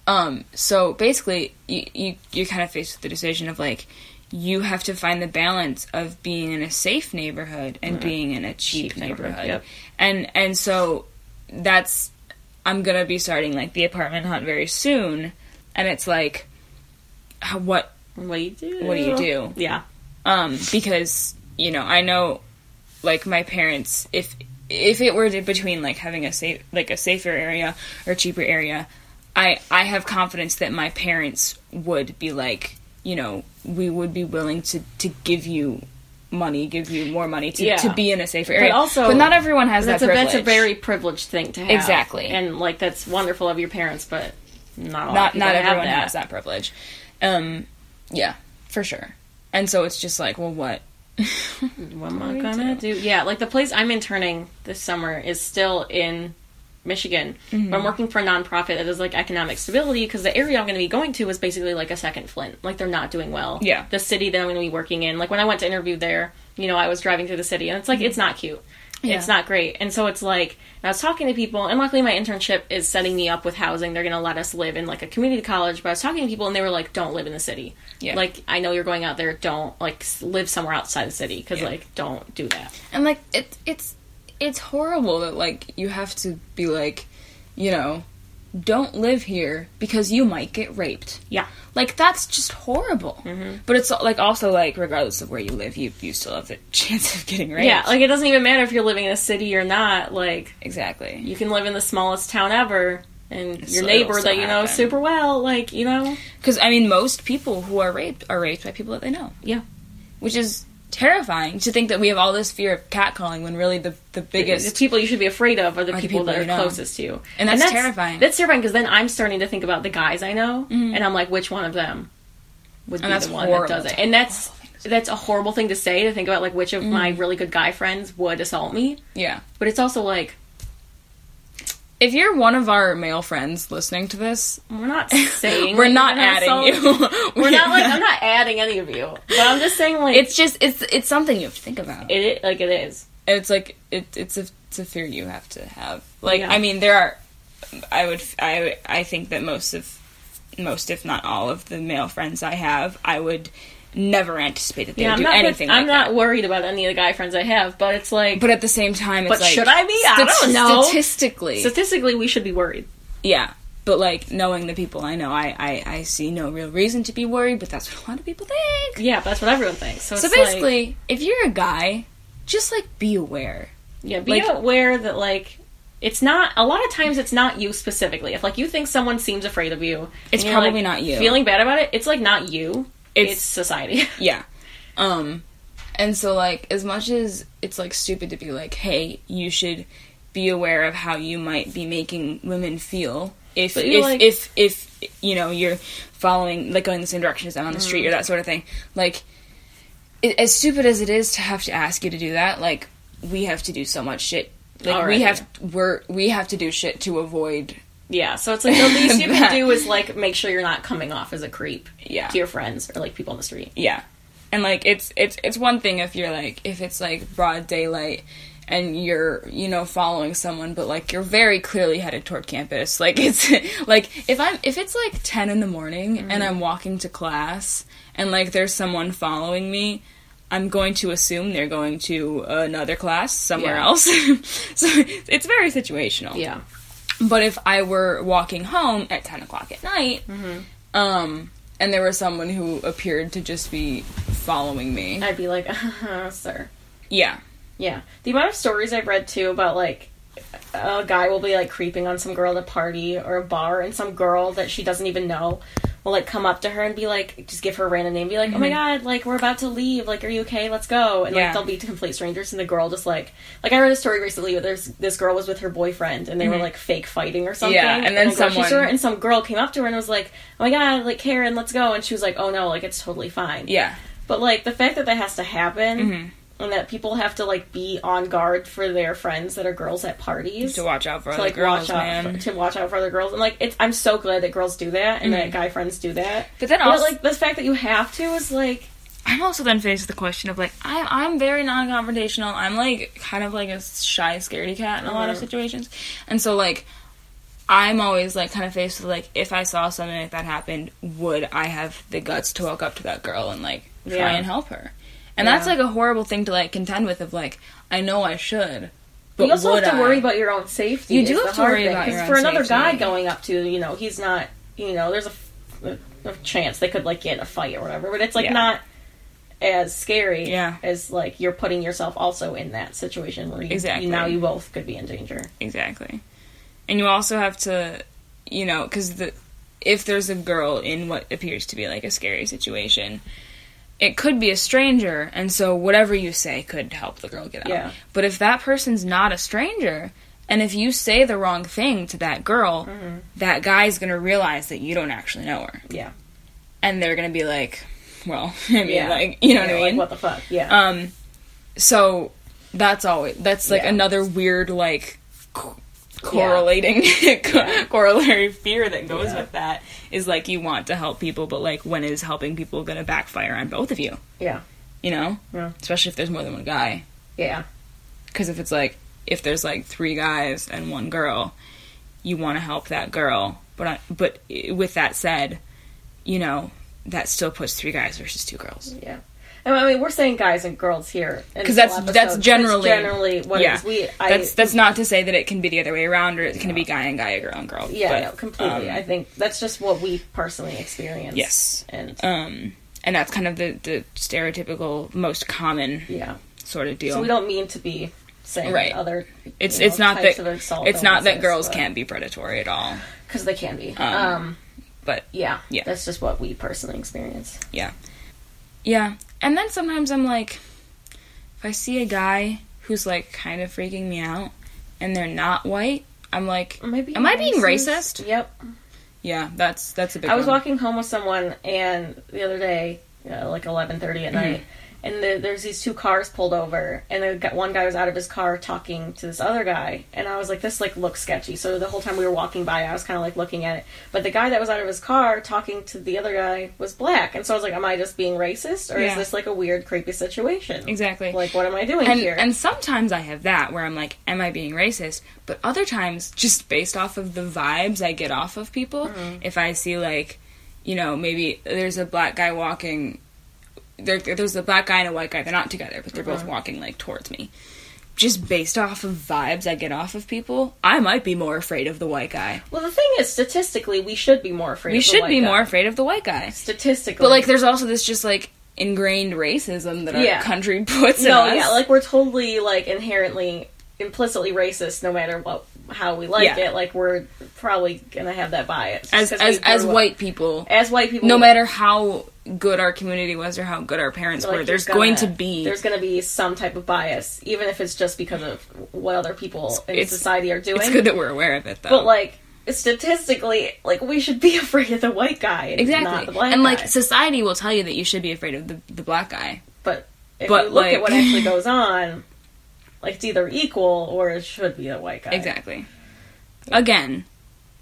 um, so basically, you, you you're kind of faced with the decision of like, you have to find the balance of being in a safe neighborhood and being in a cheap, Mm-hmm. Cheap neighborhood, neighborhood, yep. and and so that's I'm gonna be starting like the apartment hunt very soon, and it's like, how- what What do you do? What do you do? Yeah. um because you know i know like my parents if if it were to- between like having a safe like a safer area or cheaper area i i have confidence that my parents would be like you know we would be willing to to give you money give you more money to, Yeah. to be in a safer area also- but not everyone has That's that a privilege that's a very privileged thing to have. Exactly. And like that's wonderful of your parents, but not a not lot of people not have everyone that. has that privilege um yeah for sure and so it's just like well what What am I Me gonna do? Yeah, like the place I'm interning this summer is still in Michigan. Mm-hmm. But I'm working for a nonprofit that is like economic stability because the area I'm gonna be going to is basically like a second Flint. Like they're not doing well. Yeah. The city that I'm gonna be working in. Like when I went to interview there, you know, I was driving through the city and it's like it's not cute. Mm-hmm. Yeah. It's not great. And so it's like I was talking to people and luckily my internship is setting me up with housing. They're gonna let us live in like a community college, but I was talking to people and they were like, Don't live in the city. Yeah. Like I know you're going out there, don't like s- live somewhere outside the city because Yeah. like don't do that. and like it, it's it's horrible that like you have to be like you know don't live here because you might get raped Yeah. Mm-hmm. like that's just horrible but it's like also like regardless of where you live you you still have the chance of getting raped Yeah, like it doesn't even matter if you're living in a city or not. Like exactly you can live in the smallest town ever, and your still- neighbor it'll that still you know happen. super well. Like you know, because i mean most people who are raped are raped by people that they know yeah, which is terrifying to think that we have all this fear of catcalling when really the the biggest the people you should be afraid of are the, the people, people that you are know. closest to you, And that's terrifying. That's terrifying Mm-hmm. because then I'm starting to think about the guys I know, and I'm like, which one of them would be that's the one horrible. that does it? And that's that's a horrible thing to say to think about. Like, which of my really good guy friends would assault me? yeah But it's also like if you're one of our male friends listening to this we're not saying we're that not you're gonna adding assault- you We're not like I'm not adding any of you, but I'm just saying like it's just it's it's something you have to think about. It is, like it is. it's like it, it's a it's a fear you have to have. Like Yeah. I mean, there are. I would I I think that most of most if not all of the male friends I have, I would never anticipate that they Yeah, would I'm do not. anything. like I'm not that. worried about any of the guy friends I have, but it's like. But at the same time, it's But like should I be? I stat- don't know. Statistically, statistically, we should be worried. yeah. But like knowing the people I know, I, I I see no real reason to be worried. But that's what a lot of people think. Yeah, that's what everyone thinks. So, So it's like- basically, if you're a guy, just like be aware. yeah, be like- aware that like. It's not a lot of times. It's not you specifically. If like you think someone seems afraid of you, It's and you're, like, probably not you. Feeling bad about it, it's like not you. It's, It's- society. Yeah. Um and so like as much as it's like stupid to be like, "Hey, you should be aware of how you might be making women feel if But you're if, like- if if you know you're following like going the same direction as them on the Mm. street or that sort of thing." Like it, as stupid as it is to have to ask you to do that, like we have to do so much shit. Like Already. we have we're we have to do shit to avoid yeah. So it's like the least you can That- do is like make sure you're not coming off as a creep yeah. to your friends or like people on the street. Yeah. And like it's it's it's one thing if you're like if it's like broad daylight and you're you know following someone but like you're very clearly headed toward campus. Like it's like if I'm if it's like 10 in the morning Mm-hmm. and I'm walking to class and like there's someone following me I'm going to assume they're going to another class somewhere Yeah. else. so it's very situational. Yeah. But if I were walking home at 10 o'clock at night, Mm-hmm. um, and there was someone who appeared to just be following me. I'd be like, uh sir. Yeah. Yeah. The amount of stories I've read too about like a guy will be like creeping on some girl at a party or a bar and some girl that she doesn't even know will like come up to her and be like just give her a random name, be like, Oh my god, like we're about to leave, like are you okay? Let's go and Mm-hmm. Yeah. like they'll be complete strangers and the girl just like like I read a story recently where there's this girl was with her boyfriend and they were like fake fighting or something. Mm-hmm. Yeah, and then like, well, she someone- saw her and some girl came up to her and was like, Oh my god, like Karen, let's go and she was like, Oh no, like it's totally fine. Yeah. Mm-hmm. But like the fact that that has to happen and that people have to like be on guard for their friends that are girls at parties to watch out for to, other like girls, watch out man. for, to watch out for other girls and like it's I'm so glad that girls do that and that guy friends do that. But then Mm-hmm. also- like the fact that you have to is like I'm also then faced with the question of like I'm I'm very non-confrontational. I'm like kind of like a shy, scaredy cat in a lot of Mhm. situations, and so like I'm always like kind of faced with like if I saw something like that happened, would I have the guts to walk up to that girl and like try Yeah. and help her? And that's Yeah. like a horrible thing to like contend with. Of like I know I should, but you also would have to I? worry about your own safety. You is do the have to hard worry thing, about 'cause your own for another guy safety. going up to you know he's not you know there's a, f- a chance they could like get in a fight or whatever, but it's like Yeah. not as scary Yeah. as like you're putting yourself also in that situation where you, Exactly. you now you both could be in danger. Exactly. And you also have to, you know, because the if there's a girl in what appears to be like a scary situation, it could be a stranger, and so whatever you say could help the girl get out. Yeah. But if that person's not a stranger, and if you say the wrong thing to that girl, Mm-hmm. that guy's gonna realize that you don't actually know her, Yeah, and they're gonna be like, "Well, I mean, Yeah. like, you know You what I know, mean?" Like what the fuck? Yeah. Um, so that's always that's like Yeah. another weird like co- correlating co- Yeah. corollary fear that goes Yeah. with that is like you want to help people, but like when is helping people gonna backfire on both of you? yeah. You know, Yeah. especially if there's more than one guy. Yeah. Because if it's like if there's like three guys and one girl, you want to help that girl, but I, but i- with that said, you know that still puts three guys versus two girls. Yeah. And I mean, we're saying guys and girls here in 'Cause this that's- whole that's generally- generally what yeah. it is. We I, that's that's not to say that it can be the other way around, or it can be guy and guy, girl and girl. yeah, but, no, completely. um, I think that's just what we personally experience. Yes. and um, and that's kind of the the stereotypical, most common yeah. sort of deal. So we don't mean to be saying Right. other. you it's know, it's not types that of assault it's not that illnesses, girls but- can't be predatory at all, because they can be. Um, Um, but yeah, yeah. that's just what we personally experience. yeah, yeah. And then sometimes I'm like, if I see a guy who's like kind of freaking me out, and they're not white, I'm like, Am I being, Am I being racist? Yep. yeah, that's that's a big. I was one. walking home with someone, and the other day, you know, like eleven thirty at Mm-hmm. night, and the, there's these two cars pulled over, and the, gu- one guy was out of his car talking to this other guy, and I was like, this like looks sketchy. So the whole time we were walking by, I was kind of like looking at it, but the guy that was out of his car talking to the other guy was black, and so I was like, am I just being racist, or Yeah. is this like a weird, creepy situation? Exactly. Like, what am I doing and, here? and sometimes I have that where I'm like, am I being racist? But other times, just based off of the vibes I get off of people, Mm-hmm. if I see like, you know, maybe there's a black guy walking, there, there's a black guy and a white guy. They're not together, but they're Mm-hmm. both walking like towards me. Just based off of vibes I get off of people, I might be more afraid of the white guy. well, the thing is, statistically, we should be more afraid. We of the should white be guy. more afraid of the white guy. statistically, But like, there's also this just like ingrained racism that our Yeah. country puts no, in us. yeah, like we're totally like inherently implicitly racist no matter what how we like Yeah. it. Like we're probably gonna have that bias. as Just 'cause as we as grew up- white people. as white people no matter how good our community was or how good our parents like, were, you're there's gonna- going to be there's gonna be some type of bias, even if it's just because of what other people in It's- society are doing. it's good that we're aware of it though. but like statistically, like we should be afraid of the white guy and not the exactly, black and guy. like society will tell you that you should be afraid of the, the black guy. but if but, you look like- at what actually goes on, like it's either equal or it should be the white guy. Exactly. Again,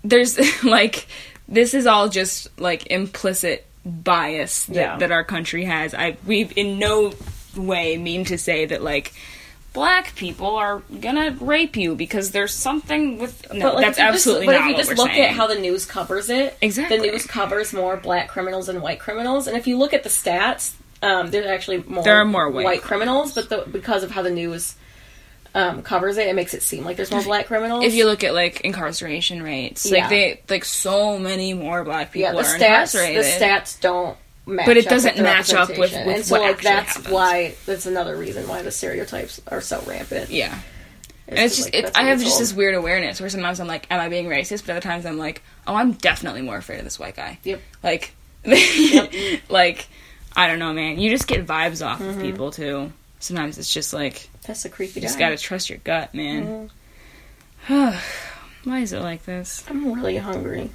there's like this is all just like implicit bias that, Yeah. that our country has. I we in no way mean to say that like black people are gonna rape you because there's something with no But like, that's if you just- absolutely But not if you what just we're look saying. at how the news covers it, Exactly. the news covers more black criminals than white criminals. And if you look at the stats, um, there's actually more There are more white criminals, but the, because of how the news um, covers it, it makes it seem like there's more black criminals. if you look at like incarceration rates, like Yeah. they like so many more black people yeah, the are stats, incarcerated. the stats don't. Match But it up with doesn't the match up with- representation. with and so what like actually that's happens. why that's another reason why the stereotypes are so rampant. yeah, and it's just like, it's, that's I what have we're just this told. weird awareness where sometimes I'm like, am I being racist? But other times I'm like, oh, I'm definitely more afraid of this white guy. Yep. Like, like I don't know, man. You just get vibes off Mm-hmm. of people too. Sometimes it's just like that's a creepy. you just guy. gotta trust your gut, Mm-hmm. man. Why is it like this? I'm really hungry.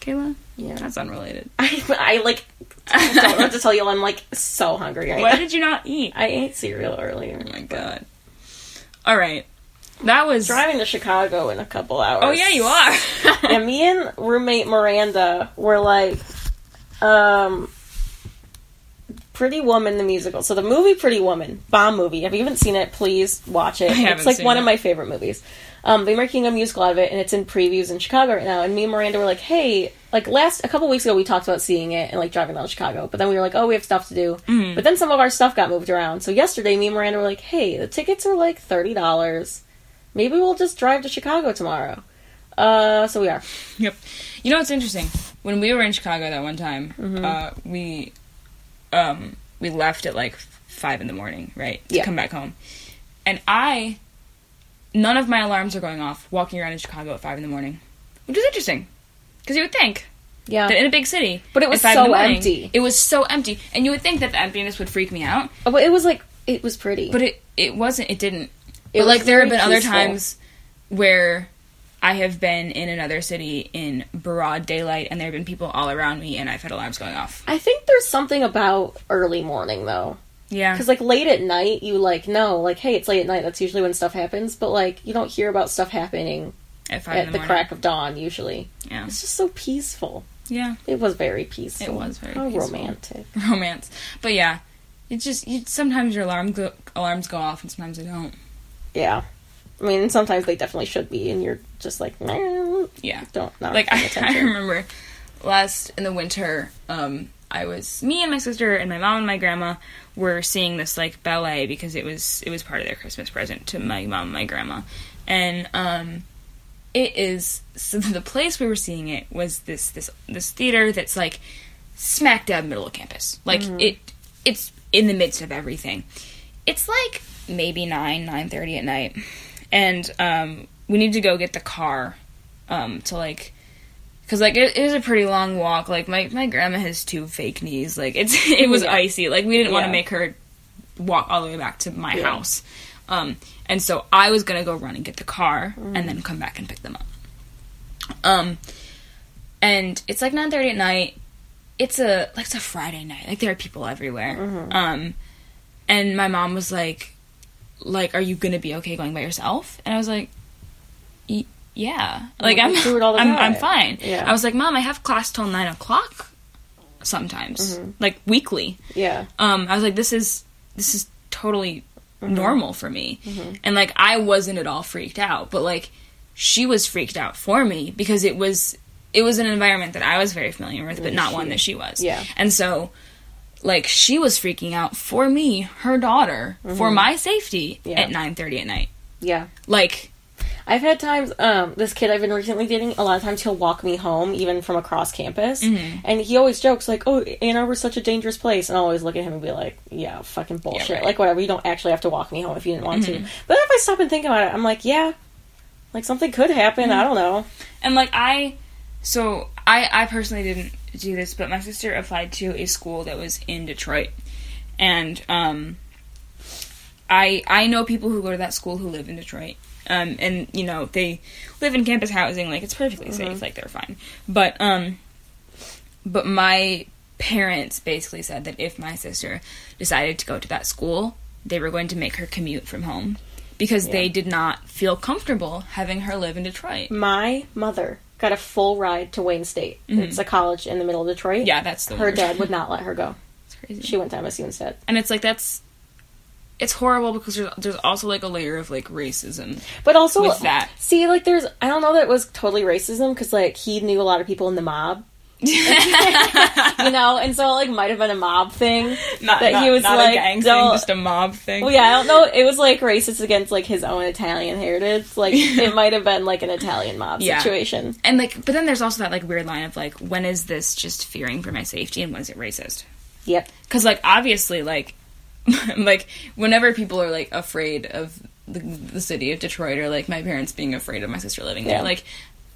Kayla? Yeah. That's unrelated. I, I like don't know what to tell you. I'm like so hungry. I, Why did you not eat? I ate cereal earlier. Oh my god. All right. That was. Driving to Chicago in a couple hours. Oh, yeah, you are. and me and roommate Miranda were like, um, Pretty Woman the musical. So the movie Pretty Woman, bomb movie. If you haven't seen it, please watch it. haven't it's like seen one it. of my favorite movies. Um, they're making a musical out of it, and it's in previews in Chicago right now. And me and Miranda were like, "Hey, like last a couple weeks ago, we talked about seeing it and like driving down to Chicago, but then we were like, oh, we have stuff to do. Mm. But then some of our stuff got moved around. So yesterday, me and Miranda were like, hey, the tickets are like thirty dollars. Maybe we'll just drive to Chicago tomorrow. Uh, so we are. Yep. You know what's interesting? When we were in Chicago that one time, Mm-hmm. uh, we um, we left at like five in the morning, right? To Yeah. come back home. And I none of my alarms are going off walking around in Chicago at five in the morning. Which is interesting. Because you would think Yeah. that in a big city. But Oh. it at was five in the so morning, empty. It was so empty. And you would think that the emptiness would freak me out. Oh, But it was like it was pretty. But it it wasn't. It didn't. but It was like there have very been other peaceful. times where I have been in another city in broad daylight, and there have been people all around me, and I've had alarms going off. I think there's something about early morning though. Yeah, Because like late at night, you like know like hey, it's late at night. That's usually when stuff happens. But like you don't hear about stuff happening at five at in the, the, morning. crack of dawn usually. Yeah, It's just so peaceful. yeah, It was very peaceful. It was very How peaceful. romantic. romance. But yeah, it's just you, sometimes your alarm go, alarms go off, and sometimes they don't. Yeah. I mean, sometimes they definitely should be, and you're just like, "Nah, Yeah, don't not like I, I attention. remember last in the winter um i was me and my sister and my mom and my grandma were seeing this like ballet because it was it was part of their christmas present to my mom and my grandma and um it is so the place we were seeing it was this this this theater that's like smack dab middle of campus like Mm-hmm. it it's in the midst of everything it's like maybe 9 9.30 at night and um, we need to go get the car um, to like because like it, it was a pretty long walk like my, my grandma has two fake knees like it's it was Yeah. icy like we didn't want to Yeah. make her walk all the way back to my Yeah. house um, and so i was gonna go run and get the car Mm. and then come back and pick them up um and it's like 9.30 at night it's a like it's a friday night like there are people everywhere Mm-hmm. um and my mom was like like are you gonna be okay going by yourself and i was like y- yeah like i'm we do it all the I'm, I'm time. fine Yeah. i was like mom i have class till nine o'clock sometimes Mm-hmm. like weekly Yeah, um, I was like, this is this is totally Mm-hmm. normal for me, and like I wasn't at all freaked out, but like she was freaked out for me because it was it was an environment that I was very familiar with, but not one that she was. yeah. and so like she was freaking out for me, her daughter, for my safety Mm-hmm. Yeah. at nine thirty at night. yeah. Like I've had times, um, this kid I've been recently dating, a lot of times he'll walk me home, even from across campus. Mm-hmm. And he always jokes, like, oh, Ann Arbor's such a dangerous place. And I'll always look at him and be like, yeah, fucking bullshit. right. Mm-hmm. Like, whatever, you don't actually have to walk me home if you didn't want to. But if I stop and think about it, I'm like, yeah, like something could happen. Mm-hmm. I don't know. and like i so i i personally didn't do this but my sister applied to a school that was in detroit and um i i know people who go to that school who live in detroit um and you know they live in campus housing like it's perfectly safe like they're fine but um but my parents basically said that if my sister decided to go to that school they were going to make her commute from home because they did not feel comfortable having her live in detroit My mother got a full ride to Wayne State. It's a college in the middle of Detroit. Mm-hmm. Yeah, that's the Her worst. dad would not let her go. It's crazy. She went to MSU instead. and it's like that's it's horrible because there's, there's also like a layer of like racism. But also, with that. see, like, there's, I don't know that it was totally racism because, like, he knew a lot of people in the mob. you know, and so, like, might have been a mob thing. Not That he was like, thing, "Don't-" just a mob thing. Well, yeah, I don't know. It was, like, racist against, like, his own Italian heritage. Like, it might have been, like, an Italian mob Yeah. situation. And like, but then there's also that like weird line of like, when is this just fearing for my safety and when is it racist? Yep. Because like obviously like like whenever people are like afraid of the, the city of Detroit or like my parents being afraid of my sister living there, Yeah. like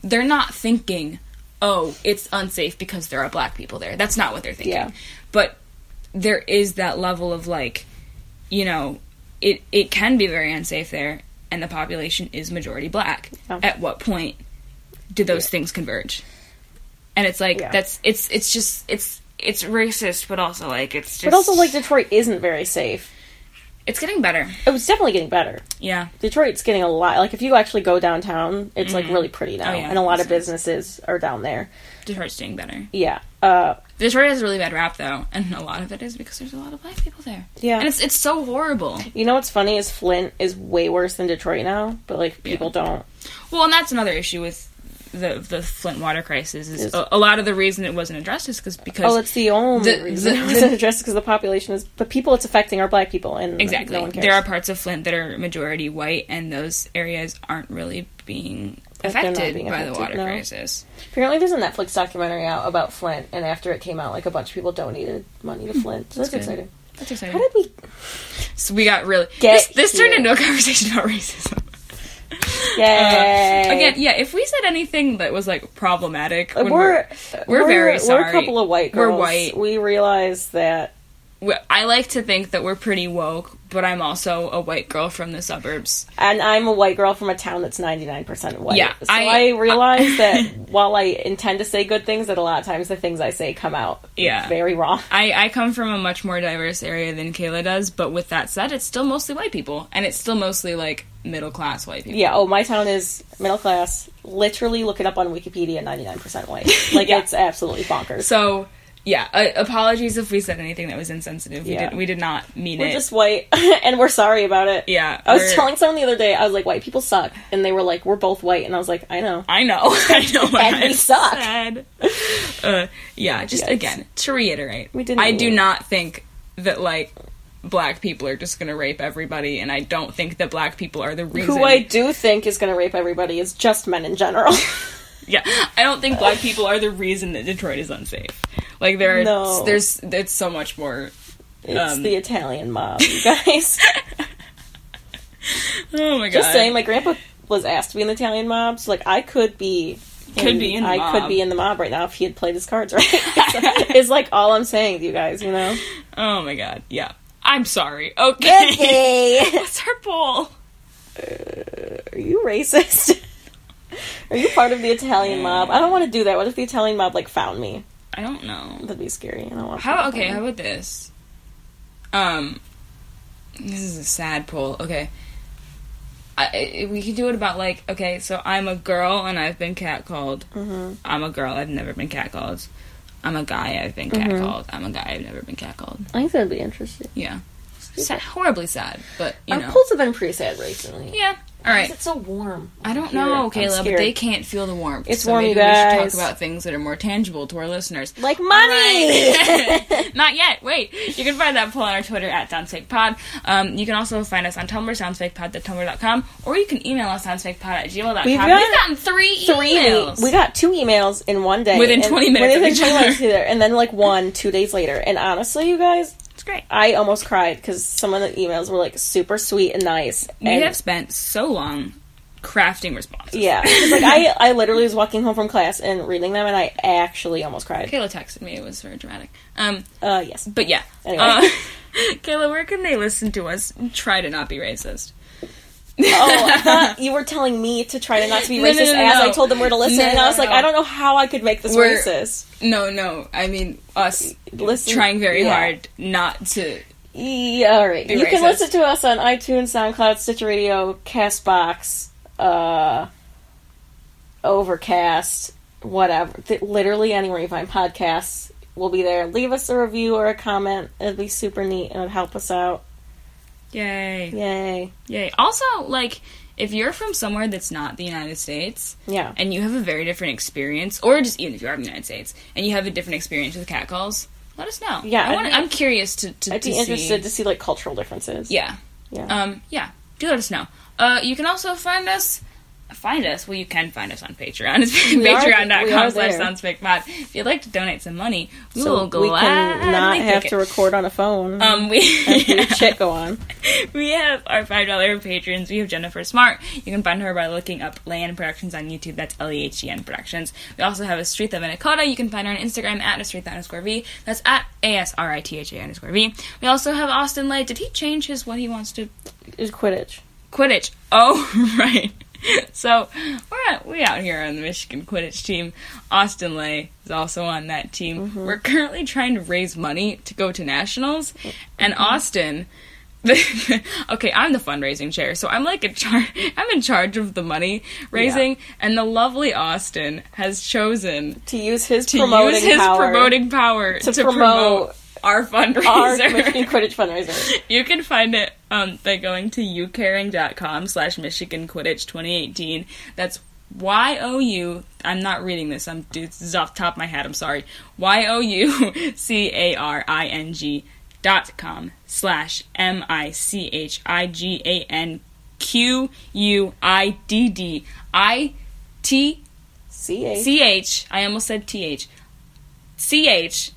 they're not thinking, oh, it's unsafe because there are black people there. That's not what they're thinking. Yeah. But there is that level of like, you know, it it can be very unsafe there, and the population is majority black. Yeah. At what point do those things converge? and it's like Yeah. that's it's it's just it's it's racist, but also like it's just But also, like Detroit isn't very safe. it's getting better. It was definitely getting better. Yeah, Detroit's getting a lot. Like if you actually go downtown, it's like really pretty now, Oh, yeah. and a lot of It's businesses are down there. Detroit's doing better. Yeah. Uh, Detroit has a really bad rap though, and a lot of it is because there's a lot of black people there. Yeah. and it's it's so horrible. you know what's funny is Flint is way worse than Detroit now, but like people don't. Well, and that's another issue with the the Flint water crisis. Is Is- a, a lot of the reason it wasn't addressed is because because Oh, it's the only The- reason the- it wasn't addressed because the population is. But people it's affecting are black people, and exactly no one cares. there are parts of Flint that are majority white, and those areas aren't really being But they're not affected being by the affected, water no. crisis. Apparently, there's a Netflix documentary out about Flint, and after it came out, like a bunch of people donated money to Flint. So that's that's, good. exciting. That's exciting. How did we? So we got really Get this, this turned here. into a conversation about racism. Yay! Uh, again, yeah. If we said anything that was like problematic, Like, when we're, we're very We're sorry. a couple of white We're girls. white. We realize that we- I like to think that we're pretty woke, but I'm also a white girl from the suburbs. and I'm a white girl from a town that's 99% white. Yeah, so I- I, realize that while I intend to say good things, that a lot of times the things I say come out Yeah. very wrong. I, I come from a much more diverse area than Kayla does, but with that said, it's still mostly white people, and it's still mostly like middle class white people. Yeah, oh, my town is middle class. Literally look it up on Wikipedia, 99% white. Like, Yeah. it's absolutely bonkers. So, yeah, uh, apologies if we said anything that was insensitive. We Yeah. did we did not mean we're it. just white, and we're sorry about it. yeah, I was we're- telling someone the other day, I was like, white people suck. And they were like, we're both white. And I was like, I know. I know, I know, what And we I suck. Said. Uh, yeah, just Yes. again to reiterate, We didn't I do mean it. not think that like black people are just gonna rape everybody, and I don't think that black people are the reason. Who I do think is going to rape everybody is just men in general. Yeah, I don't think black people are the reason that Detroit is unsafe. Like there, are, No. there's it's so much more. it's Um. the Italian mob, you guys. Oh my god! Just saying, my grandpa was asked to be in the Italian mob, so like I could be. Could be in the I mob. could be in the mob right now if he had played his cards right. it's like all I'm saying to you guys, you know. Oh my god! Yeah, I'm sorry. Okay, Hey, what's our poll? are you racist? Are you part of the Italian mob? I don't want to do that. What if the Italian mob like found me? I don't know. That'd be scary. I don't want. How okay? How about this? Um, this is a sad poll. Okay. I, I- we could do it about like okay, so I'm a girl and I've been catcalled. hmm I'm a girl. I've never been catcalled. I'm a guy. I've been Mm-hmm. catcalled. I'm a guy. I've never been catcalled. I think that'd be interesting. Yeah. Sad, horribly sad, but you Our know. polls have been pretty sad recently. yeah. All right. It's so warm. I don't Here, know, I'm Kayla, but scared. they can't feel the warmth. It's warm, maybe you We should guys. talk about things that are more tangible to our listeners. Like money. Right. Not yet. Wait. You can find that poll on our Twitter at SoundsFakePod. Um, you can also find us on Tumblr, soundsfakepod.tumblr.com, or you can email us, soundsfakepod at gmail.com. We've, We've got gotten three three emails. e- we got two emails in one day Within and- 20 minutes of within each 20 other. minutes either, and then like one two days later and honestly you guys it's great. i almost cried because some of the emails were like super sweet and nice We and have spent so long crafting responses. yeah 'Cause, like i i literally was walking home from class and reading them and i actually almost cried Kayla texted me. It was very dramatic. Um, uh yes But yeah. Anyway. Uh, Kayla, where can they listen to us try to not be racist? oh i thought you were telling me to try to not to be No, no, racist no, no, as no. i told them where to listen No, and no, i was like no. i don't know how i could make this We're- racist No, no. I mean, us Listen- trying very yeah. hard not to. Yeah, all right. Be you racist. can listen to us on iTunes, SoundCloud, Stitcher Radio, Castbox, uh, Overcast, whatever. Th- literally anywhere you find podcasts, we'll be there. Leave us a review or a comment. It'd be super neat and it'd help us out. Yay. Yay! Yay. Also, like, if you're from somewhere that's not the United States Yeah, and you have a very different experience, or just even if you are from the United States and you have a different experience with catcalls, let us know. Yeah, I I'd wanna, be- I'm curious to, to, I'd to be see- interested to see like cultural differences. Yeah. yeah. Um, yeah, do let us know. Uh, you can also find us. Find us. Well, you can find us on Patreon. It's We are- we patreon.com are slash there. soundsfakepod. If you'd like to donate some money, we so will we can gladly not take have it. to record on a phone. Um, we, and hear shit go on. we have our $5 patrons. We have Jennifer Smart. You can find her by looking up Lan Productions on YouTube. That's E L-E-H-E-N Productions. We also have Astritha Vinicota. You can find her on Instagram at Astritha underscore V. That's at A-S-R-I-T-H-A underscore V. We also have Austin Light. Did he change his what he wants to It's Quidditch. Quidditch. Oh, right. So we're not we out here on the Michigan Quidditch team. Austin Lay is also on that team. Mm-hmm. We're currently trying to raise money to go to nationals, and Austin. okay, I'm the fundraising chair, so I'm like a char- I'm in charge of the money raising, and the lovely Austin has chosen to use his to promoting use his power promoting power to, promote promote, our fundraiser. our Michigan Quidditch fundraiser. You can find it um, by going to youcaring.com slash Michigan Quidditch 2018. That's Y O U. I'm not reading this. I'm this is off the top of my head. I'm sorry. Y O U C A R I N G dot com slash M I C H I G A N Q U I D D I T C A C H. I almost said T H. C H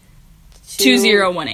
2018.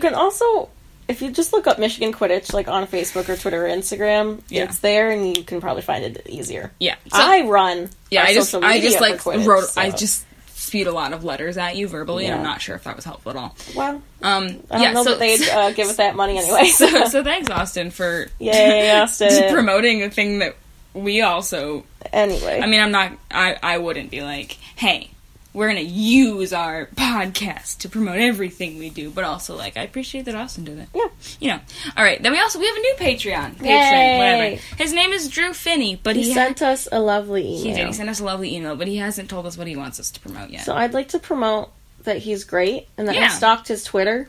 2018. can also, if you just look up Michigan Quidditch, like on Facebook or Twitter or Instagram, Yeah. it's there, and you can probably find it easier. Yeah. So- I run. yeah our i just social media i just for like Quidditch, wrote i so- just spewed a lot of letters at you verbally and i'm Yeah. not sure if that was helpful at all well. um I don't yeah know so that they'd uh, give us that money anyway. so, so thanks austin for Yay, Austin. promoting a thing that we also anyway, i mean i'm not i i wouldn't be like hey we're gonna use our podcast to promote everything we do but also like i appreciate that austin did it yeah, you know all right then we also we have a new patreon patron Yay. whatever his name is drew finney but he he, ha- sent us a lovely he email. did he sent us a lovely email but he hasn't told us what he wants us to promote yet So I'd like to promote that he's great and that I Yeah. stalked his Twitter,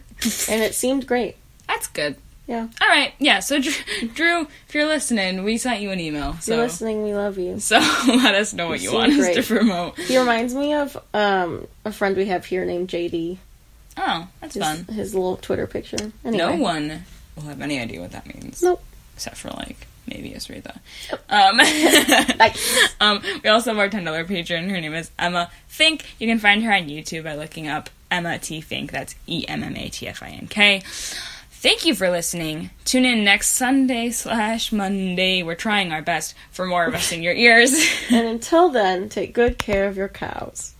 and it seemed great. that's good Yeah, All right, yeah. So Drew, Drew, if you're listening, we sent you an email. if So you're listening, we love you. so let us know what you seem want us to great. promote. He reminds me of um, a friend we have here named JD. Oh, that's His, fun. his little Twitter picture. No Anyway. one will have any idea what that means, Nope. except for like maybe Asrita. Um, Like, um, we also have our ten dollar patron. Her name is Emma Fink. You can find her on YouTube by looking up Emma T Fink. That's E M M A T F I N K. Thank you for listening. Tune in next Sunday slash Monday. We're trying our best for more of us in your ears. and until then, take good care of your cows.